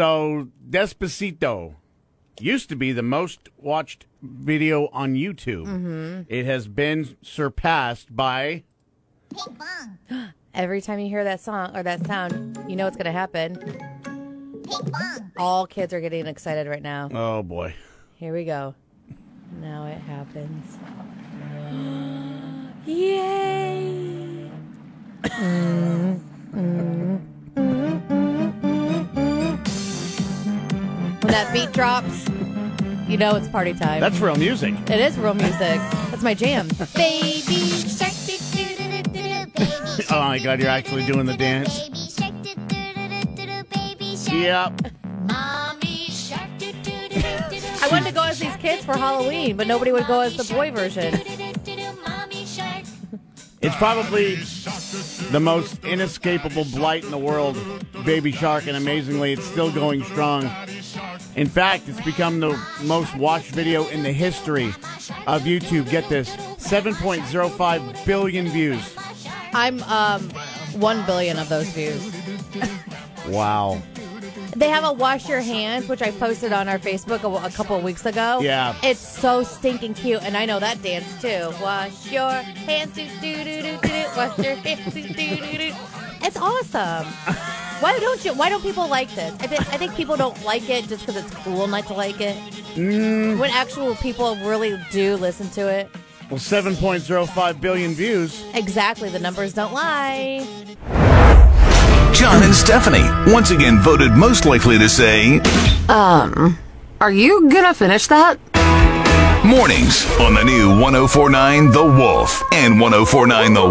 So Despacito used to be the most watched video on YouTube. It has been surpassed by Every time you hear that song or that sound, you know what's going to happen. All kids are getting excited right now. oh boy, Here we go. Now it happens. Yay! when that beat drops, you know it's party time. that's real music. it is real music. That's my jam. Baby shark, do-do-do-do-do, baby Oh my God, you're actually doing the dance. Baby shark, do-do-do-do-do, baby shark. Yep. Mommy shark, do-do-do-do-do. I wanted to go as these kids for Halloween, but nobody would go as the boy version. Do-do-do-do-do, mommy shark. It's probably the most inescapable blight in the world, Baby Shark, and amazingly, it's still going strong. In fact, it's become the most watched video in the history of YouTube. Get this 7.05 billion views. I'm um, one billion of those views. Wow. They have a wash your hands, which I posted on our Facebook a, a couple of weeks ago. Yeah. It's so stinking cute, and I know that dance too. Wash your hands, do do do do do. Wash your hands, do do do do. It's awesome. Why don't you? Why don't people like this? I think I think people don't like it just because it's cool not to like it. Mm. When actual people really do listen to it, Well, 7.05 billion views. exactly the numbers don't lie. John and Stephanie, once again voted most likely to say Um, are you gonna finish that? mornings on the new 1049 The Wolf and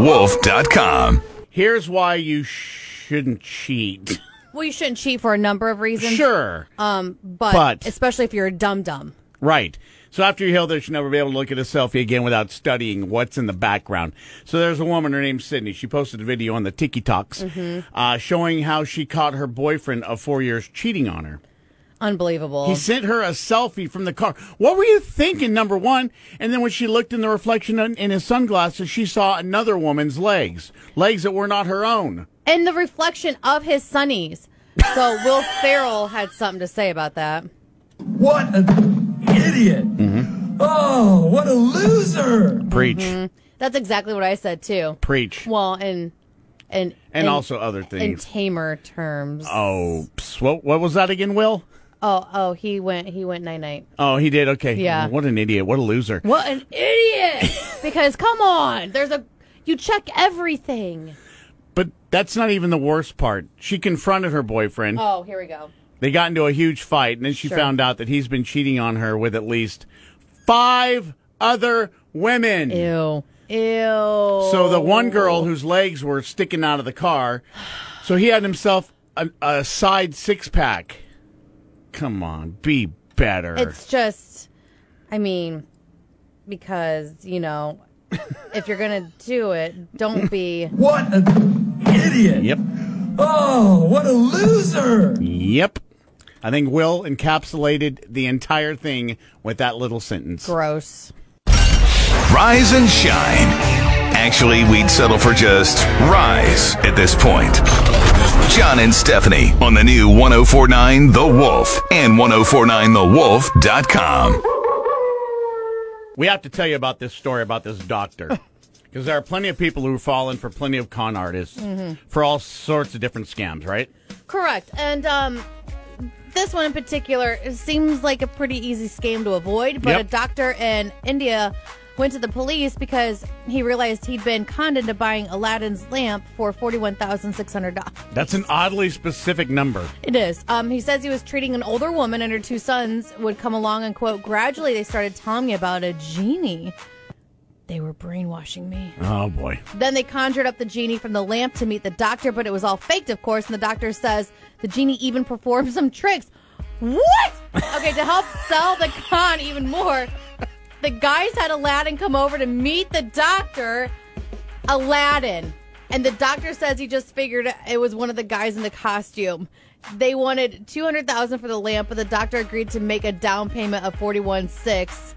1049TheWolf.com. Here's why you shouldn't cheat. Well, you shouldn't cheat for a number of reasons. Sure. Um, but, But- especially if you're a dum dum. Right. So after you heal, they should never be able to look at a selfie again without studying what's in the background. So there's a woman, her name's Sydney. She posted a video on the Tiki Talks uh, showing how she caught her boyfriend of four years cheating on her. Unbelievable. He sent her a selfie from the car. What were you thinking, number one? And then when she looked in the reflection in, in his sunglasses, she saw another woman's legs, legs that were not her own. and the reflection of his sunnies. So Will Farrell had something to say about that. What an idiot! Oh, what a loser! Preach, That's exactly what I said too. preach, Well, and and and also other in things. tamer terms. Oh. oh, psst, what, what was that again, Will? oh, he went he went night night. Oh, he did. Okay. Yeah. What an idiot. What a loser. What an idiot! because come on, there's a you check everything. But that's not even the worst part. She confronted her boyfriend. Oh, here we go. They got into a huge fight, and then she Sure. found out that he's been cheating on her with at least five other women. Ew. Ew. So the one girl whose legs were sticking out of the car, so he had himself a, a side six pack. Come on, be better. It's just, I mean, because you know, if you're gonna do it, don't be. What an idiot! yep. Oh, what a loser! Yep. I think Will encapsulated the entire thing with that little sentence. Gross. Rise and shine. Actually, we'd settle for just rise at this point. John and Stephanie on the new 1049 The Wolf and 1049TheWolf.com. We have to tell you about this story about this doctor. Because there are plenty of people who fall in for plenty of con artists for all sorts of different scams, right? Correct. And um, this one in particular it seems like a pretty easy scam to avoid, but Yep. a doctor in India went to the police because he realized he'd been conned into buying Aladdin's lamp for forty-one thousand six hundred dollars. That's an oddly specific number. It is. Um, he says he was treating an older woman and her two sons would come along and quote, gradually they started telling me about a genie. They were brainwashing me. Oh, boy. Then they conjured up the genie from the lamp to meet the doctor, but it was all faked, of course, and the doctor says the genie even performed some tricks. What? Okay, to help sell the con even more, the guys had Aladdin come over to meet the doctor, Aladdin. And the doctor says he just figured it was one of the guys in the costume. They wanted 200000 for the lamp, but the doctor agreed to make a down payment of 416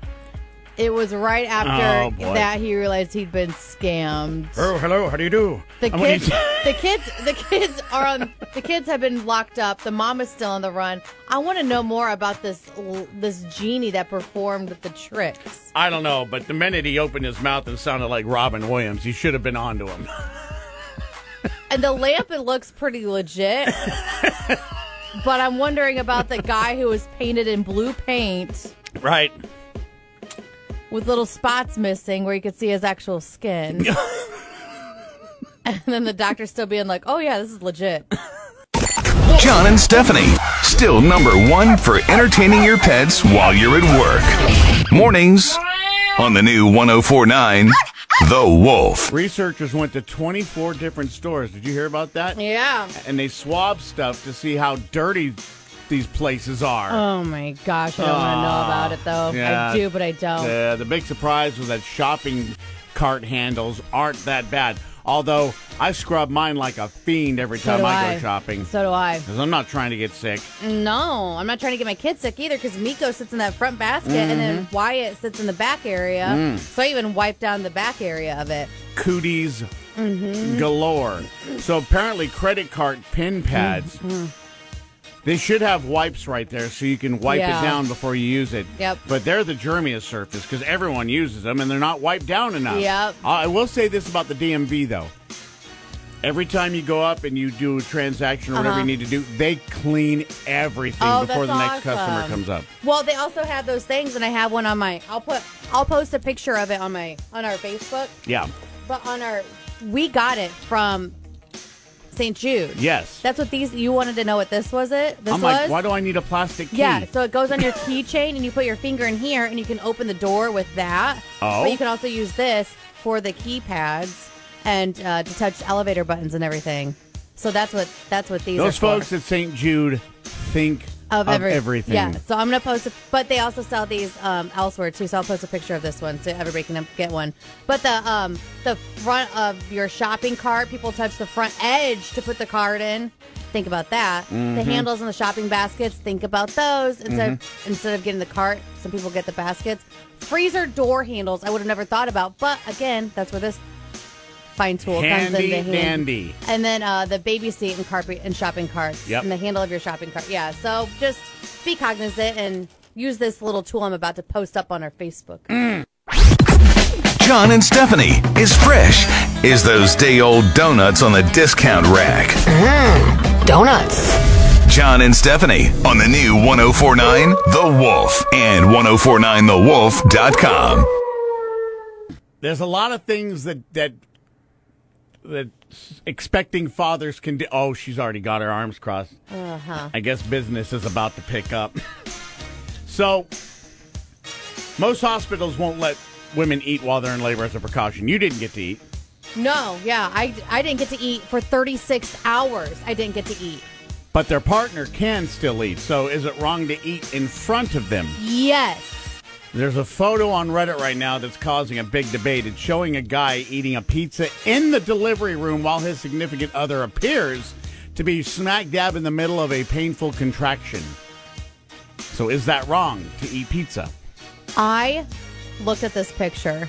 It was right Oh, after boy. that he realized he'd been scammed. Oh, hello. How do you do? The And when kids, he- the kids, the kids are on. The kids have been locked up. The mom is still on the run. I want to know more about this l- this genie that performed the tricks. I don't know, but the minute he opened his mouth and sounded like Robin Williams, you should have been onto him. And the lamp, it looks pretty legit. but I'm wondering about the guy who was painted in blue paint right. with little spots missing where you could see his actual skin. and then the doctor still being like, "Oh yeah, this is legit." John and Stephanie, still number one for entertaining your pets while you're at work. Mornings on the new 1049 The Wolf. Researchers went to 24 different stores. Did you hear about that? Yeah. And they swab stuff to see how dirty these places are. Oh my gosh, I don't want to know about it though. yeah. I do, but I don't. Uh, the big surprise was that shopping cart handles aren't that bad. Although I scrub mine like a fiend every So time do I, I. go shopping. So do I. Because I'm not trying to get sick. No, I'm not trying to get my kids sick either because Miko sits in that front basket and then Mm-hmm. Wyatt sits in the back area. Mm. So I even wiped down the back area of it. Cooties Mm-hmm. galore. So apparently, credit card pin pads. Mm-hmm. They should have wipes right there so you can wipe Yeah. it down before you use it. Yep. But they're the germiest surface because everyone uses them and they're not wiped down enough. Yep. I I will say this about the DMV though. Every time you go up and you do a transaction or whatever you need to do, they clean everything Uh-huh. Oh, before the that's next customer awesome. comes up. Well, they also have those things, and I have one on my. I'll put. I'll post a picture of it on my on our Facebook. Yeah. But on our, we got it from St. Jude. Yes. That's what these. You wanted to know what this was? It. This I'm was. like, why do I need a plastic key? Yeah, so it goes on your keychain, and you put your finger in here, and you can open the door with that. Oh. But you can also use this for the keypads and uh, to touch elevator buttons and everything. So that's what that's what these. Those are folks for. at St. Jude think of, every- everything. Yeah, so I'm gonna post, a, but they also sell these um, elsewhere too. So I'll post a picture of this one so everybody can get one. But the um, the front of your shopping cart, people touch the front edge to put the card in. Think about that. Mm-hmm. The handles on the shopping baskets. Think about those instead of, instead of getting the cart. Some people get the baskets. Freezer door handles. I would have never thought about, but again, that's where this fine tool comes Handy into handy. dandy. And then uh, the baby seat and carpet and shopping carts. Yep. And the handle of your shopping cart. Yeah. So just be cognizant and use this little tool I'm about to post up on our Facebook. John and Stephanie is fresh is those day old donuts on the discount rack. Donuts. John and Stephanie on the new 1049 The Wolf and 1049thewolf.com. There's a lot of things that that that expecting fathers can do. Oh, she's already got her arms crossed. Uh-huh. I guess business is about to pick up. So, most hospitals won't let women eat while they're in labor as a precaution. You didn't get to eat. No, yeah. I, I didn't get to eat for 36 hours. I didn't get to eat. But their partner can still eat. So, is it wrong to eat in front of them? Yes. There's a photo on Reddit right now that's causing a big debate. It's showing a guy eating a pizza in the delivery room while his significant other appears to be smack dab in the middle of a painful contraction. So is that wrong to eat pizza? I looked at this picture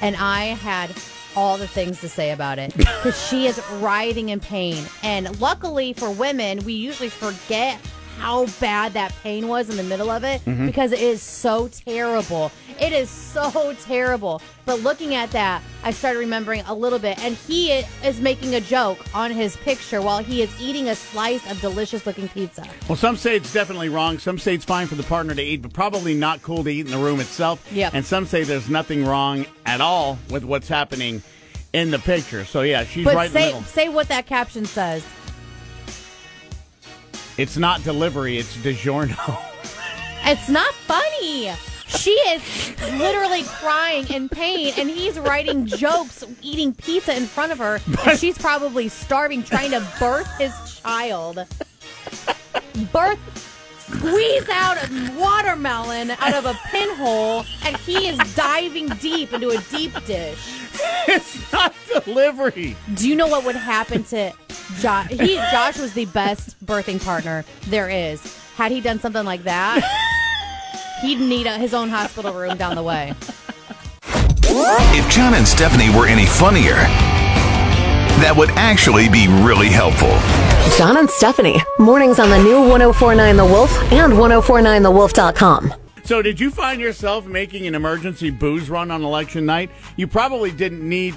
and I had all the things to say about it because she is writhing in pain. And luckily for women, we usually forget how bad that pain was in the middle of it Mm-hmm. because it is so terrible. It is so terrible. But looking at that, I started remembering a little bit. And he is making a joke on his picture while he is eating a slice of delicious looking pizza. Well, some say it's definitely wrong. Some say it's fine for the partner to eat, but probably not cool to eat in the room itself. Yep. And some say there's nothing wrong at all with what's happening in the picture. So yeah, she's But right in the say, middle. say what that caption says. It's not delivery, it's DiGiorno. It's not funny. She is literally crying in pain, and he's writing jokes, eating pizza in front of her, and she's probably starving, trying to birth his child. Birth, squeeze out a watermelon out of a pinhole, and he is diving deep into a deep dish. it's not delivery. Do you know what would happen to Josh? He, Josh was the best birthing partner there is. Had he done something like that, he'd need a, his own hospital room down the way. If John and Stephanie were any funnier, that would actually be really helpful. John and Stephanie. Mornings on the new 1049 The Wolf and 1049TheWolf.com. So, did you find yourself making an emergency booze run on election night? You probably didn't need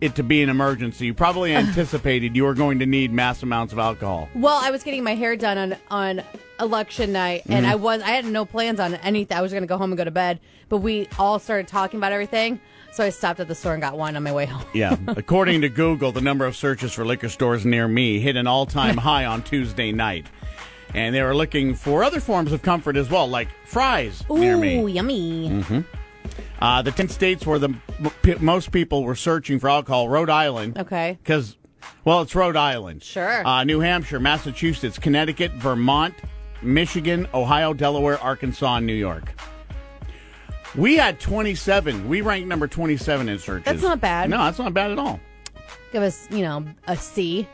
it to be an emergency. You probably anticipated you were going to need mass amounts of alcohol. Well, I was getting my hair done on on election night, and I was I had no plans on anything. I was going to go home and go to bed, but we all started talking about everything, so I stopped at the store and got one on my way home. Yeah. According to Google, the number of searches for liquor stores near me hit an all time high on Tuesday night. And they were looking for other forms of comfort as well, like fries near me. Mm. Ooh, yummy! Uh, the 10 states where the m- p- most people were searching for alcohol Rhode Island. Okay. Because, well, it's Rhode Island. Sure. Uh, New Hampshire, Massachusetts, Connecticut, Vermont, Michigan, Ohio, Delaware, Arkansas, and New York. We had 27. We ranked number 27 in searches. That's not bad. No, that's not bad at all. Give us, you know, a C.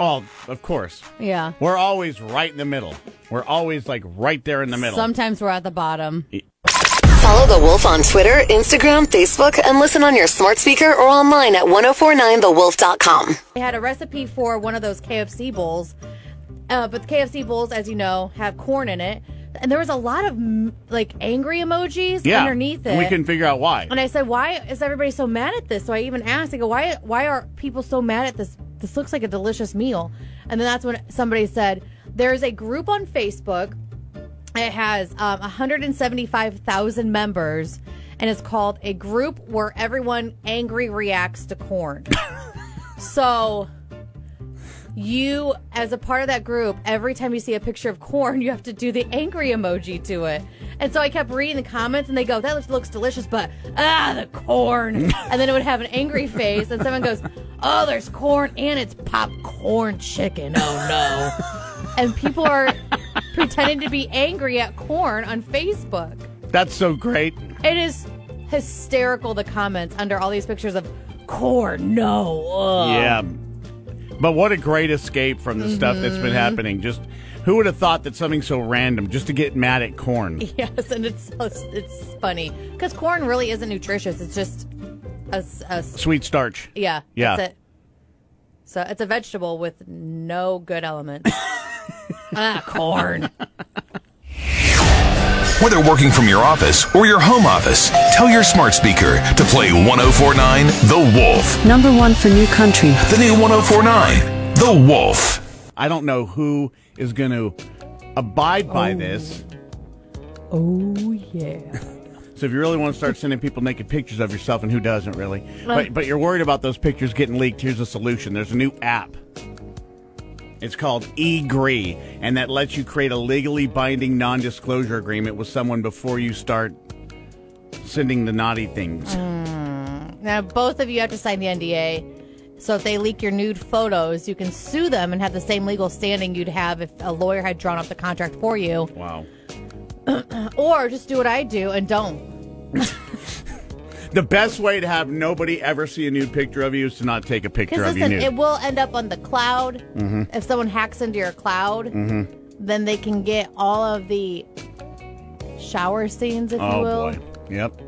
Oh, of course. Yeah. We're always right in the middle. We're always like right there in the middle. Sometimes we're at the bottom. Follow The Wolf on Twitter, Instagram, Facebook, and listen on your smart speaker or online at 1049TheWolf.com. I had a recipe for one of those KFC bowls, uh, but the KFC bowls, as you know, have corn in it, and there was a lot of mm, like angry emojis yeah. underneath it. And we can figure out why. And I said, "Why is everybody so mad at this?" So I even asked, "I go, why? Why are people so mad at this? This looks like a delicious meal." And then that's when somebody said, "There's a group on Facebook. It has um, 175,000 members, and it's called a group where everyone angry reacts to corn." so. You, as a part of that group, every time you see a picture of corn, you have to do the angry emoji to it. And so I kept reading the comments, and they go, "That looks, looks delicious," but ah, the corn. and then it would have an angry face, and someone goes, "Oh, there's corn, and it's popcorn chicken. Oh no!" and people are pretending to be angry at corn on Facebook. That's so great. It is hysterical. The comments under all these pictures of corn. No. Ugh. Yeah. Um, But what a great escape from the stuff that's been happening. Just who would have thought that something so random just to get mad at corn? Yes, and it's so, it's funny because corn really isn't nutritious. It's just a, s- a s- Sweet starch. yeah Yeah. That's it. So it's a vegetable with no good elements. ah, corn. Whether working from your office or your home office, tell your smart speaker to play 1049 The Wolf. Number one for new country. The new 1049 The Wolf. I don't know who is going to abide by this. Oh yeah. So if you really want to start sending people naked pictures of yourself, and who doesn't really, but, but you're worried about those pictures getting leaked, here's a solution. There's a new app. It's called E eGree, and that lets you create a legally binding non-disclosure agreement with someone before you start sending the naughty things. Uh. Now both of you have to sign the NDA. So if they leak your nude photos, you can sue them and have the same legal standing you'd have if a lawyer had drawn up the contract for you. Wow. Or just do what I do and don't. The best way to have nobody ever see a nude picture of you is to not take a picture Because of you listen, nude. it will end up on the cloud. Mm-hmm. If someone hacks into your cloud, then they can get all of the shower scenes, if you oh will. boy. Yep.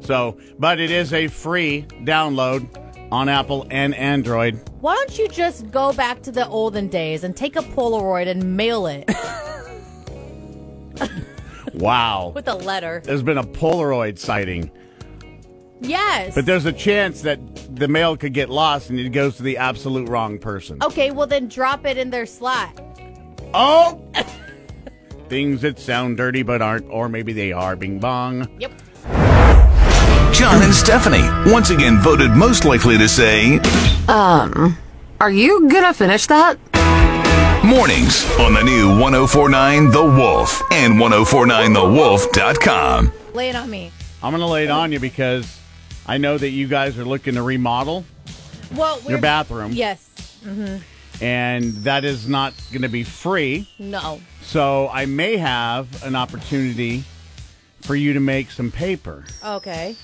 So, but it is a free download on Apple and Android. Why don't you just go back to the olden days and take a Polaroid and mail it Wow. with a letter? There's been a Polaroid sighting, Yes. but there's a chance that the mail could get lost and it goes to the absolute wrong person. okay, well then drop it in their slot. Oh! Things that sound dirty but aren't, or maybe they are. Bing bong. Yep. John and Stephanie, once again voted most likely to say Um, are you gonna finish that? mornings on the new 1049 The Wolf and 1049TheWolf.com. Lay it on me. I'm gonna lay it on you because I know that you guys are looking to remodel. Well, we're, Your bathroom. Yes. and that is not going to be free. No. So I may have an opportunity for you to make some paper. Okay.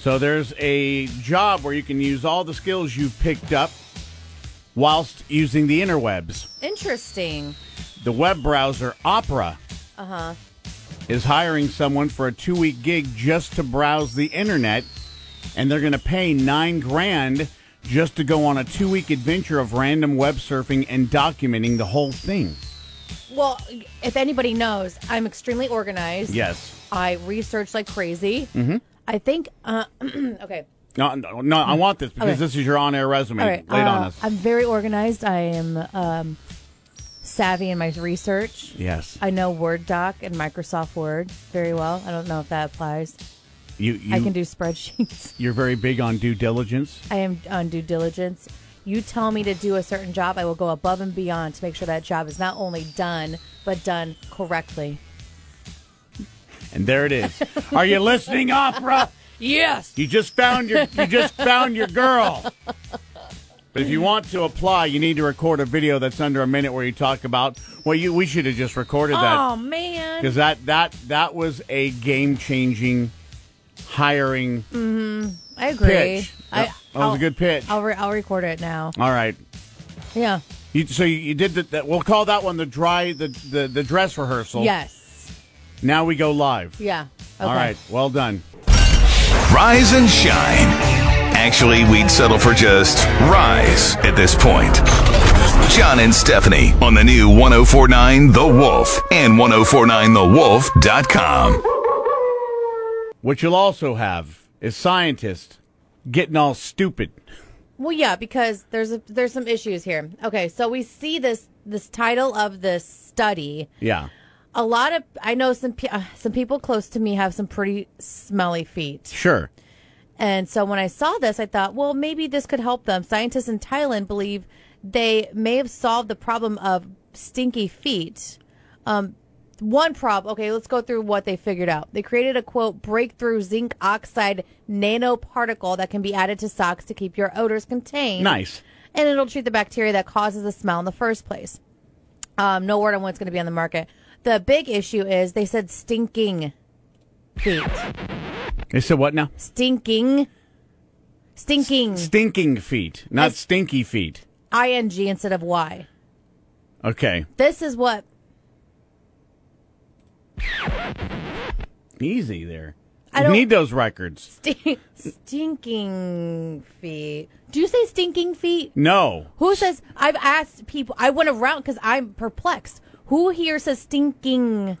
So there's a job where you can use all the skills you've picked up whilst using the interwebs. Interesting. The web browser Opera is hiring someone for a two week gig just to browse the internet and they're going to pay nine grand just to go on a two week adventure of random web surfing and documenting the whole thing. Well, if anybody knows, I'm extremely organized. Yes. I research like crazy. Mm-hmm. I think. Uh, okay. No, no, no, I want this because Okay. this is your on air resume. All right. Lay it on uh, us. I'm very organized. I am um, savvy in my research. yes. I know Word doc and Microsoft Word very well. I don't know if that applies. you, you, I can do spreadsheets. You're very big on due diligence. I am on due diligence. You tell me to do a certain job, I will go above and beyond to make sure that job is not only done, but done correctly. And there it is. Are you listening, Opera? Yes. You just found your you just found your girl. But if you want to apply, you need to record a video that's under a minute where you talk about well you we should have just recorded that Oh man. because that that that was a game changing hiring Mm. I agree. pitch. I, That- that was a good pitch. I'll, re- I'll record it now. All right. Yeah. You, so you, you did the, that. We'll call that one the dry the, the, the dress rehearsal. Yes. Now we go live. Yeah. Okay. All right. Well done. Rise and shine. Actually, we'd settle for just rise at this point. John and Stephanie on the new 1049 The Wolf and 1049TheWolf.com. What you'll also have is scientists getting all stupid. Well, yeah, because there's a, there's some issues here. Okay, so we see this this title of this study. Yeah. A lot of I know some pe- uh, some people close to me have some pretty smelly feet. Sure. And so when I saw this, I thought, well, maybe this could help them. Scientists in Thailand believe they may have solved the problem of stinky feet. Um, one problem, okay, let's go through what they figured out. They created a quote breakthrough zinc oxide nanoparticle that can be added to socks to keep your odors contained. Nice. And it'll treat the bacteria that causes the smell in the first place. Um, no word on when it's going to be on the market. The big issue is they said stinking feet. They said what now? Stinking. Stinking. Stinking feet, not stinky feet. ing instead of y. Okay. This is what. Easy there. I You don't- need those records. Stink, stinking feet. Do you say stinking feet? No. Who says. I've asked people. I went around because I'm perplexed. Who here says stinking?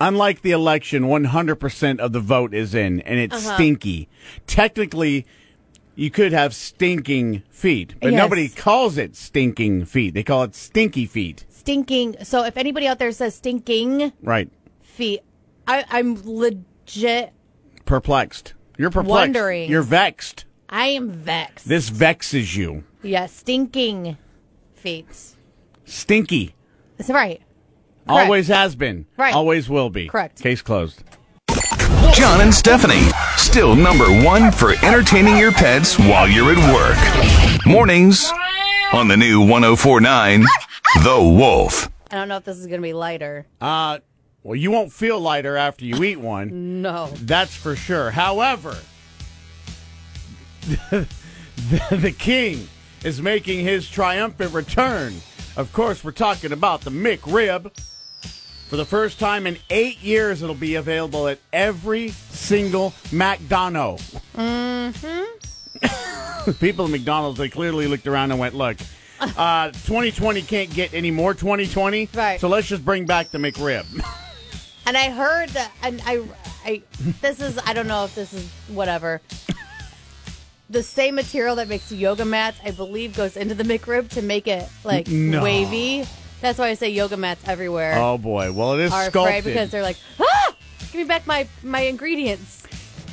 Unlike the election, 100% of the vote is in, and it's Uh-huh. stinky. Technically, you could have stinking feet, but Yes. nobody calls it stinking feet. They call it stinky feet. Stinking. So if anybody out there says stinking Right. feet, I, I'm legit. Perplexed. You're perplexed. Wondering. You're vexed. I am vexed. This vexes you. yeah, stinking feet. Stinky. That's right. Correct. Always has been. Right. Always will be. Correct. Case closed. John and Stephanie, still number one for entertaining your pets while you're at work. Mornings on the new 1049 The Wolf. I don't know if this is going to be lighter. Uh, well, you won't feel lighter after you eat one. No. That's for sure. However, the, the king is making his triumphant return. Of course, we're talking about the McRib. For the first time in eight years, it'll be available at every single McDonald's. Mm-hmm. People at McDonald's, they clearly looked around and went, look, uh, 2020 can't get any more 2020, Right. so let's just bring back the McRib. And I heard that, and I, I, this is, I don't know if this is whatever. the same material that makes yoga mats, I believe, goes into the McRib to make it like No. wavy. That's why I say yoga mats everywhere Oh boy! Well, it is are sculpted. afraid because they're like, ah, give me back my my ingredients.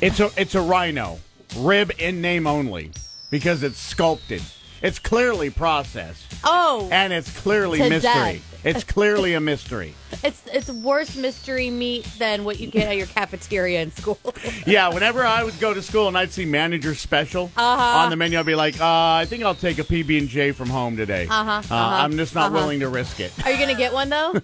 it's a it's a rhino rib in name only because it's sculpted. It's clearly processed Oh, and it's clearly To mystery. death. It's clearly a mystery. it's it's worse mystery meat than what you get at your cafeteria in school. Yeah, whenever I would go to school and I'd see manager special Uh-huh. on the menu, I'd be like, uh, I think I'll uh-huh, take a PB and J from home today. Uh-huh, uh, huh i am just not willing to risk it. are you gonna get one though?